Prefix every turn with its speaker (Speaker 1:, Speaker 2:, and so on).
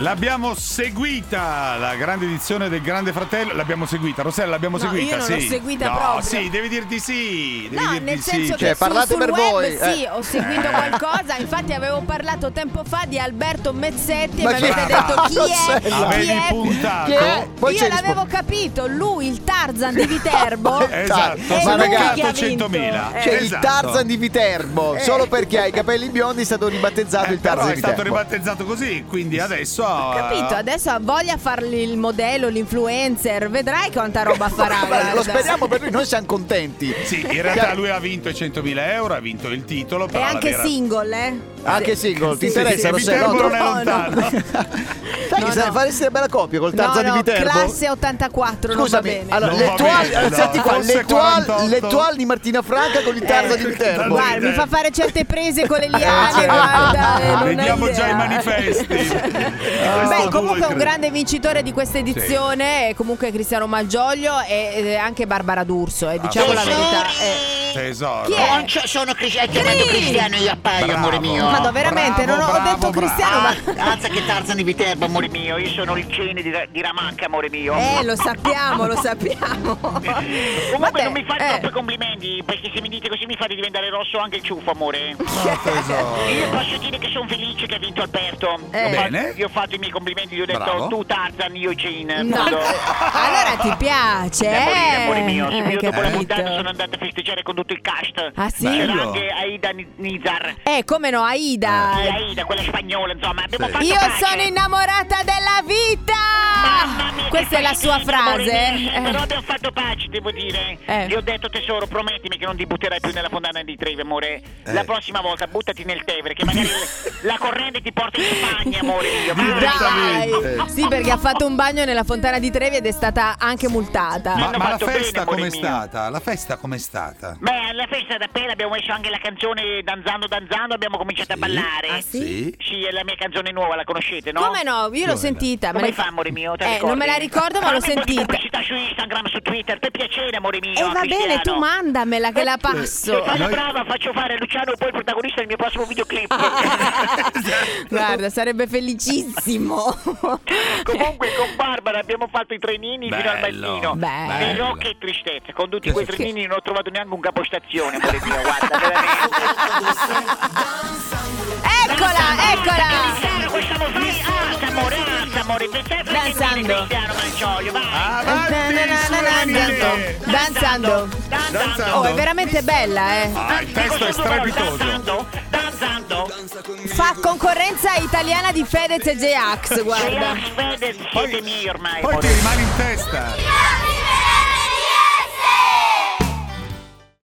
Speaker 1: L'abbiamo seguita la grande edizione del Grande Fratello. L'abbiamo seguita, Rossella. L'abbiamo
Speaker 2: No,
Speaker 1: seguita.
Speaker 2: io non
Speaker 1: sì.
Speaker 2: l'ho seguita
Speaker 1: no,
Speaker 2: proprio.
Speaker 1: Sì, devi dir di sì. Devi
Speaker 2: No,
Speaker 1: dir
Speaker 2: nel
Speaker 1: di
Speaker 2: senso
Speaker 1: sì.
Speaker 3: cioè,
Speaker 1: Cioè,
Speaker 2: che su- sul web sì,
Speaker 3: eh.
Speaker 2: ho seguito
Speaker 1: Eh.
Speaker 2: qualcosa, infatti avevo parlato tempo fa di Alberto Mezzetti
Speaker 3: Ma
Speaker 2: e mi
Speaker 3: chi-
Speaker 2: avete detto chi è,
Speaker 3: Rossella.
Speaker 2: chi
Speaker 1: Avevi
Speaker 2: è,
Speaker 1: puntato.
Speaker 3: Chi è? Poi
Speaker 2: Io
Speaker 3: c'è
Speaker 2: l'avevo
Speaker 3: rispo-
Speaker 2: capito, lui il Tarzan di Viterbo.
Speaker 3: Dai,
Speaker 1: Esatto,
Speaker 2: è
Speaker 3: ma
Speaker 2: lui
Speaker 3: ragazzi,
Speaker 2: che ha vinto.
Speaker 1: 100.000.
Speaker 2: Eh,
Speaker 3: Cioè il
Speaker 1: Esatto.
Speaker 3: Tarzan di Viterbo, solo perché ha i capelli biondi è stato ribattezzato
Speaker 1: Eh,
Speaker 3: il
Speaker 1: però
Speaker 3: Tarzan
Speaker 1: è
Speaker 3: di
Speaker 1: stato
Speaker 3: Viterbo.
Speaker 1: ribattezzato così, quindi adesso. eh,
Speaker 2: Ho capito, adesso ha voglia a fargli il modello, l'influencer, vedrai quanta roba farà.
Speaker 3: Ma
Speaker 2: guarda.
Speaker 3: Lo speriamo per lui, noi siamo contenti. Cioè,
Speaker 1: Sì, in realtà lui ha vinto i 100.000 euro, ha vinto il titolo.
Speaker 2: È
Speaker 1: però la
Speaker 2: anche
Speaker 1: vera-
Speaker 2: single, eh?
Speaker 3: Anche single, ti
Speaker 1: Sì,
Speaker 3: interessa
Speaker 1: sì,
Speaker 3: Rossella?
Speaker 1: Viterbo non è
Speaker 2: No, no.
Speaker 1: lontano.
Speaker 3: Sai
Speaker 2: No,
Speaker 3: che se
Speaker 2: no.
Speaker 3: faresti una bella coppia col Tarzan
Speaker 2: no, no,
Speaker 3: di Viterbo?
Speaker 2: classe 84, non va
Speaker 3: Scusami,
Speaker 2: bene.
Speaker 3: allora,
Speaker 1: Non
Speaker 3: le
Speaker 1: va
Speaker 3: toal-
Speaker 1: bene, no.
Speaker 3: senti qua,
Speaker 1: Forse Eh,
Speaker 3: le toal,
Speaker 1: 48.
Speaker 3: le toal di Martina Franca
Speaker 2: Eh,
Speaker 3: con il Tarzan di Viterbo.
Speaker 1: Dai,
Speaker 2: Guarda, mi fa fare certe prese con le
Speaker 1: Eh,
Speaker 2: liane,
Speaker 1: sì.
Speaker 2: guarda. eh, non hai
Speaker 1: Vediamo già
Speaker 2: idea.
Speaker 1: i manifesti. Ah,
Speaker 2: Beh,
Speaker 1: Questo
Speaker 2: comunque è
Speaker 1: due,
Speaker 2: un
Speaker 1: credo.
Speaker 2: grande vincitore di questa edizione, è comunque Cristiano Malgioglio e eh, anche Barbara D'Urso, eh, diciamo la
Speaker 1: Tesori.
Speaker 2: verità. eh.
Speaker 1: Tesoro.
Speaker 2: Chi è?
Speaker 4: Non c'ho- sono cristiano, chiamato
Speaker 2: Cri!
Speaker 4: cristiano io appaio,
Speaker 1: Bravo.
Speaker 4: amore mio.
Speaker 2: Ma veramente,
Speaker 1: bravo,
Speaker 2: non ho, ho
Speaker 1: bravo,
Speaker 2: detto
Speaker 1: bravo.
Speaker 2: Cristiano,
Speaker 4: Ah,
Speaker 2: ma...
Speaker 4: alza che Tarzan di Viterbo, amore mio, io sono il cene di, di Ramacca, amore mio.
Speaker 2: Eh, lo sappiamo, lo sappiamo.
Speaker 4: Comunque
Speaker 2: Vabbè,
Speaker 4: non mi fate
Speaker 2: eh.
Speaker 4: troppi complimenti, perché se mi dite così mi fate diventare rosso anche il ciuffo, amore.
Speaker 1: No, tesoro.
Speaker 4: Io posso dire che sono felice che ha vinto Alberto.
Speaker 2: Eh.
Speaker 4: Io ho fatto-
Speaker 1: Bene.
Speaker 4: Io ho fatto i miei complimenti, gli ho detto
Speaker 1: Bravo.
Speaker 4: tu Tarzan, io Jane.
Speaker 2: No.
Speaker 4: Quando-
Speaker 2: Allora ti piace?
Speaker 4: Da morire, amore
Speaker 2: eh?
Speaker 4: mio.
Speaker 2: Eh,
Speaker 4: Subito dopo la
Speaker 2: capito.
Speaker 4: puntata sono andata a festeggiare con tutto il cast.
Speaker 2: Ah, sì?
Speaker 4: C'era
Speaker 1: Bello.
Speaker 4: anche Aida Ni- Nizar.
Speaker 2: Eh, come no, Aida.
Speaker 4: Sì, Aida, quella spagnola, insomma. Abbiamo
Speaker 1: Sì.
Speaker 4: fatto
Speaker 2: Io
Speaker 4: pace.
Speaker 2: sono innamorata della vita!
Speaker 4: Mamma mia,
Speaker 2: Questa è
Speaker 4: che
Speaker 2: la sua
Speaker 4: fastidio, amore
Speaker 2: frase.
Speaker 4: mio.
Speaker 2: eh.
Speaker 4: Però abbiamo fatto pace, devo dire.
Speaker 2: Eh.
Speaker 4: Gli ho detto tesoro, promettimi che non ti butterai più nella fontana di Trevi, amore.
Speaker 2: Eh.
Speaker 4: La prossima volta buttati nel Tevere, che magari la corrente ti porta in Spagna, amore mio.
Speaker 1: Dai.
Speaker 2: Dai! Sì, perché ha fatto un bagno nella fontana di Trevi ed è stata anche multata.
Speaker 1: Ma,
Speaker 4: Hanno
Speaker 1: ma la
Speaker 4: fatto bene,
Speaker 1: festa
Speaker 4: amore
Speaker 1: com'è
Speaker 4: mio.
Speaker 1: stata? La festa com'è stata?
Speaker 4: Beh, alla festa d'appello abbiamo messo anche la canzone Danzando Danzando, abbiamo cominciato a ballare.
Speaker 2: Ah, sì?
Speaker 4: Sì, è la mia canzone nuova, la conoscete, no?
Speaker 2: Come no? Io l'ho sentita. Cioè, me
Speaker 4: Come
Speaker 2: l'hai-
Speaker 4: fa, amore mio? Te la
Speaker 2: Eh,
Speaker 4: ricordi?
Speaker 2: non me la ricordo, ma l'ho
Speaker 4: Fammi un po' di
Speaker 2: sentita.
Speaker 4: pubblicità su Instagram, su Twitter, per piacere, amore mio.
Speaker 2: E Eh, va bene,
Speaker 4: Cristiano. Esatto.
Speaker 2: tu mandamela che la
Speaker 4: Se
Speaker 2: passo.
Speaker 4: fai la
Speaker 1: Noi-
Speaker 4: brava, faccio fare a Luciano poi il protagonista del mio prossimo videoclip.
Speaker 2: Guarda, sarebbe felicissimo.
Speaker 4: Comunque con Barbara abbiamo fatto i trenini fino al
Speaker 1: Bello,
Speaker 4: mattino.
Speaker 2: bello.
Speaker 4: Però che tristezza, con tutti quei
Speaker 2: Che-
Speaker 4: trenini non ho trovato neanche un capostazione, amore mio, guarda, veramente.
Speaker 2: Eccola, eccola.
Speaker 4: Cristiano, questa vorrei- alza, amore, alza, amore, per sempre
Speaker 2: Danzando.
Speaker 4: trenini, Cristiano Manciolio, vai.
Speaker 1: Avanti,
Speaker 2: Danzando.
Speaker 1: suonile!
Speaker 2: Danzando.
Speaker 4: Danzando.
Speaker 2: Oh, è veramente bella, eh.
Speaker 1: Ah, il testo è
Speaker 4: Dico solo due parole,
Speaker 1: strepitoso.
Speaker 4: Danzando, danzando.
Speaker 2: Fa concorrenza italiana di Fedez e J-Ax, guarda.
Speaker 4: Relax, Fedez,
Speaker 1: Poi-
Speaker 4: siete miei ormai.
Speaker 1: Poi
Speaker 4: amore.
Speaker 1: ti rimane in testa.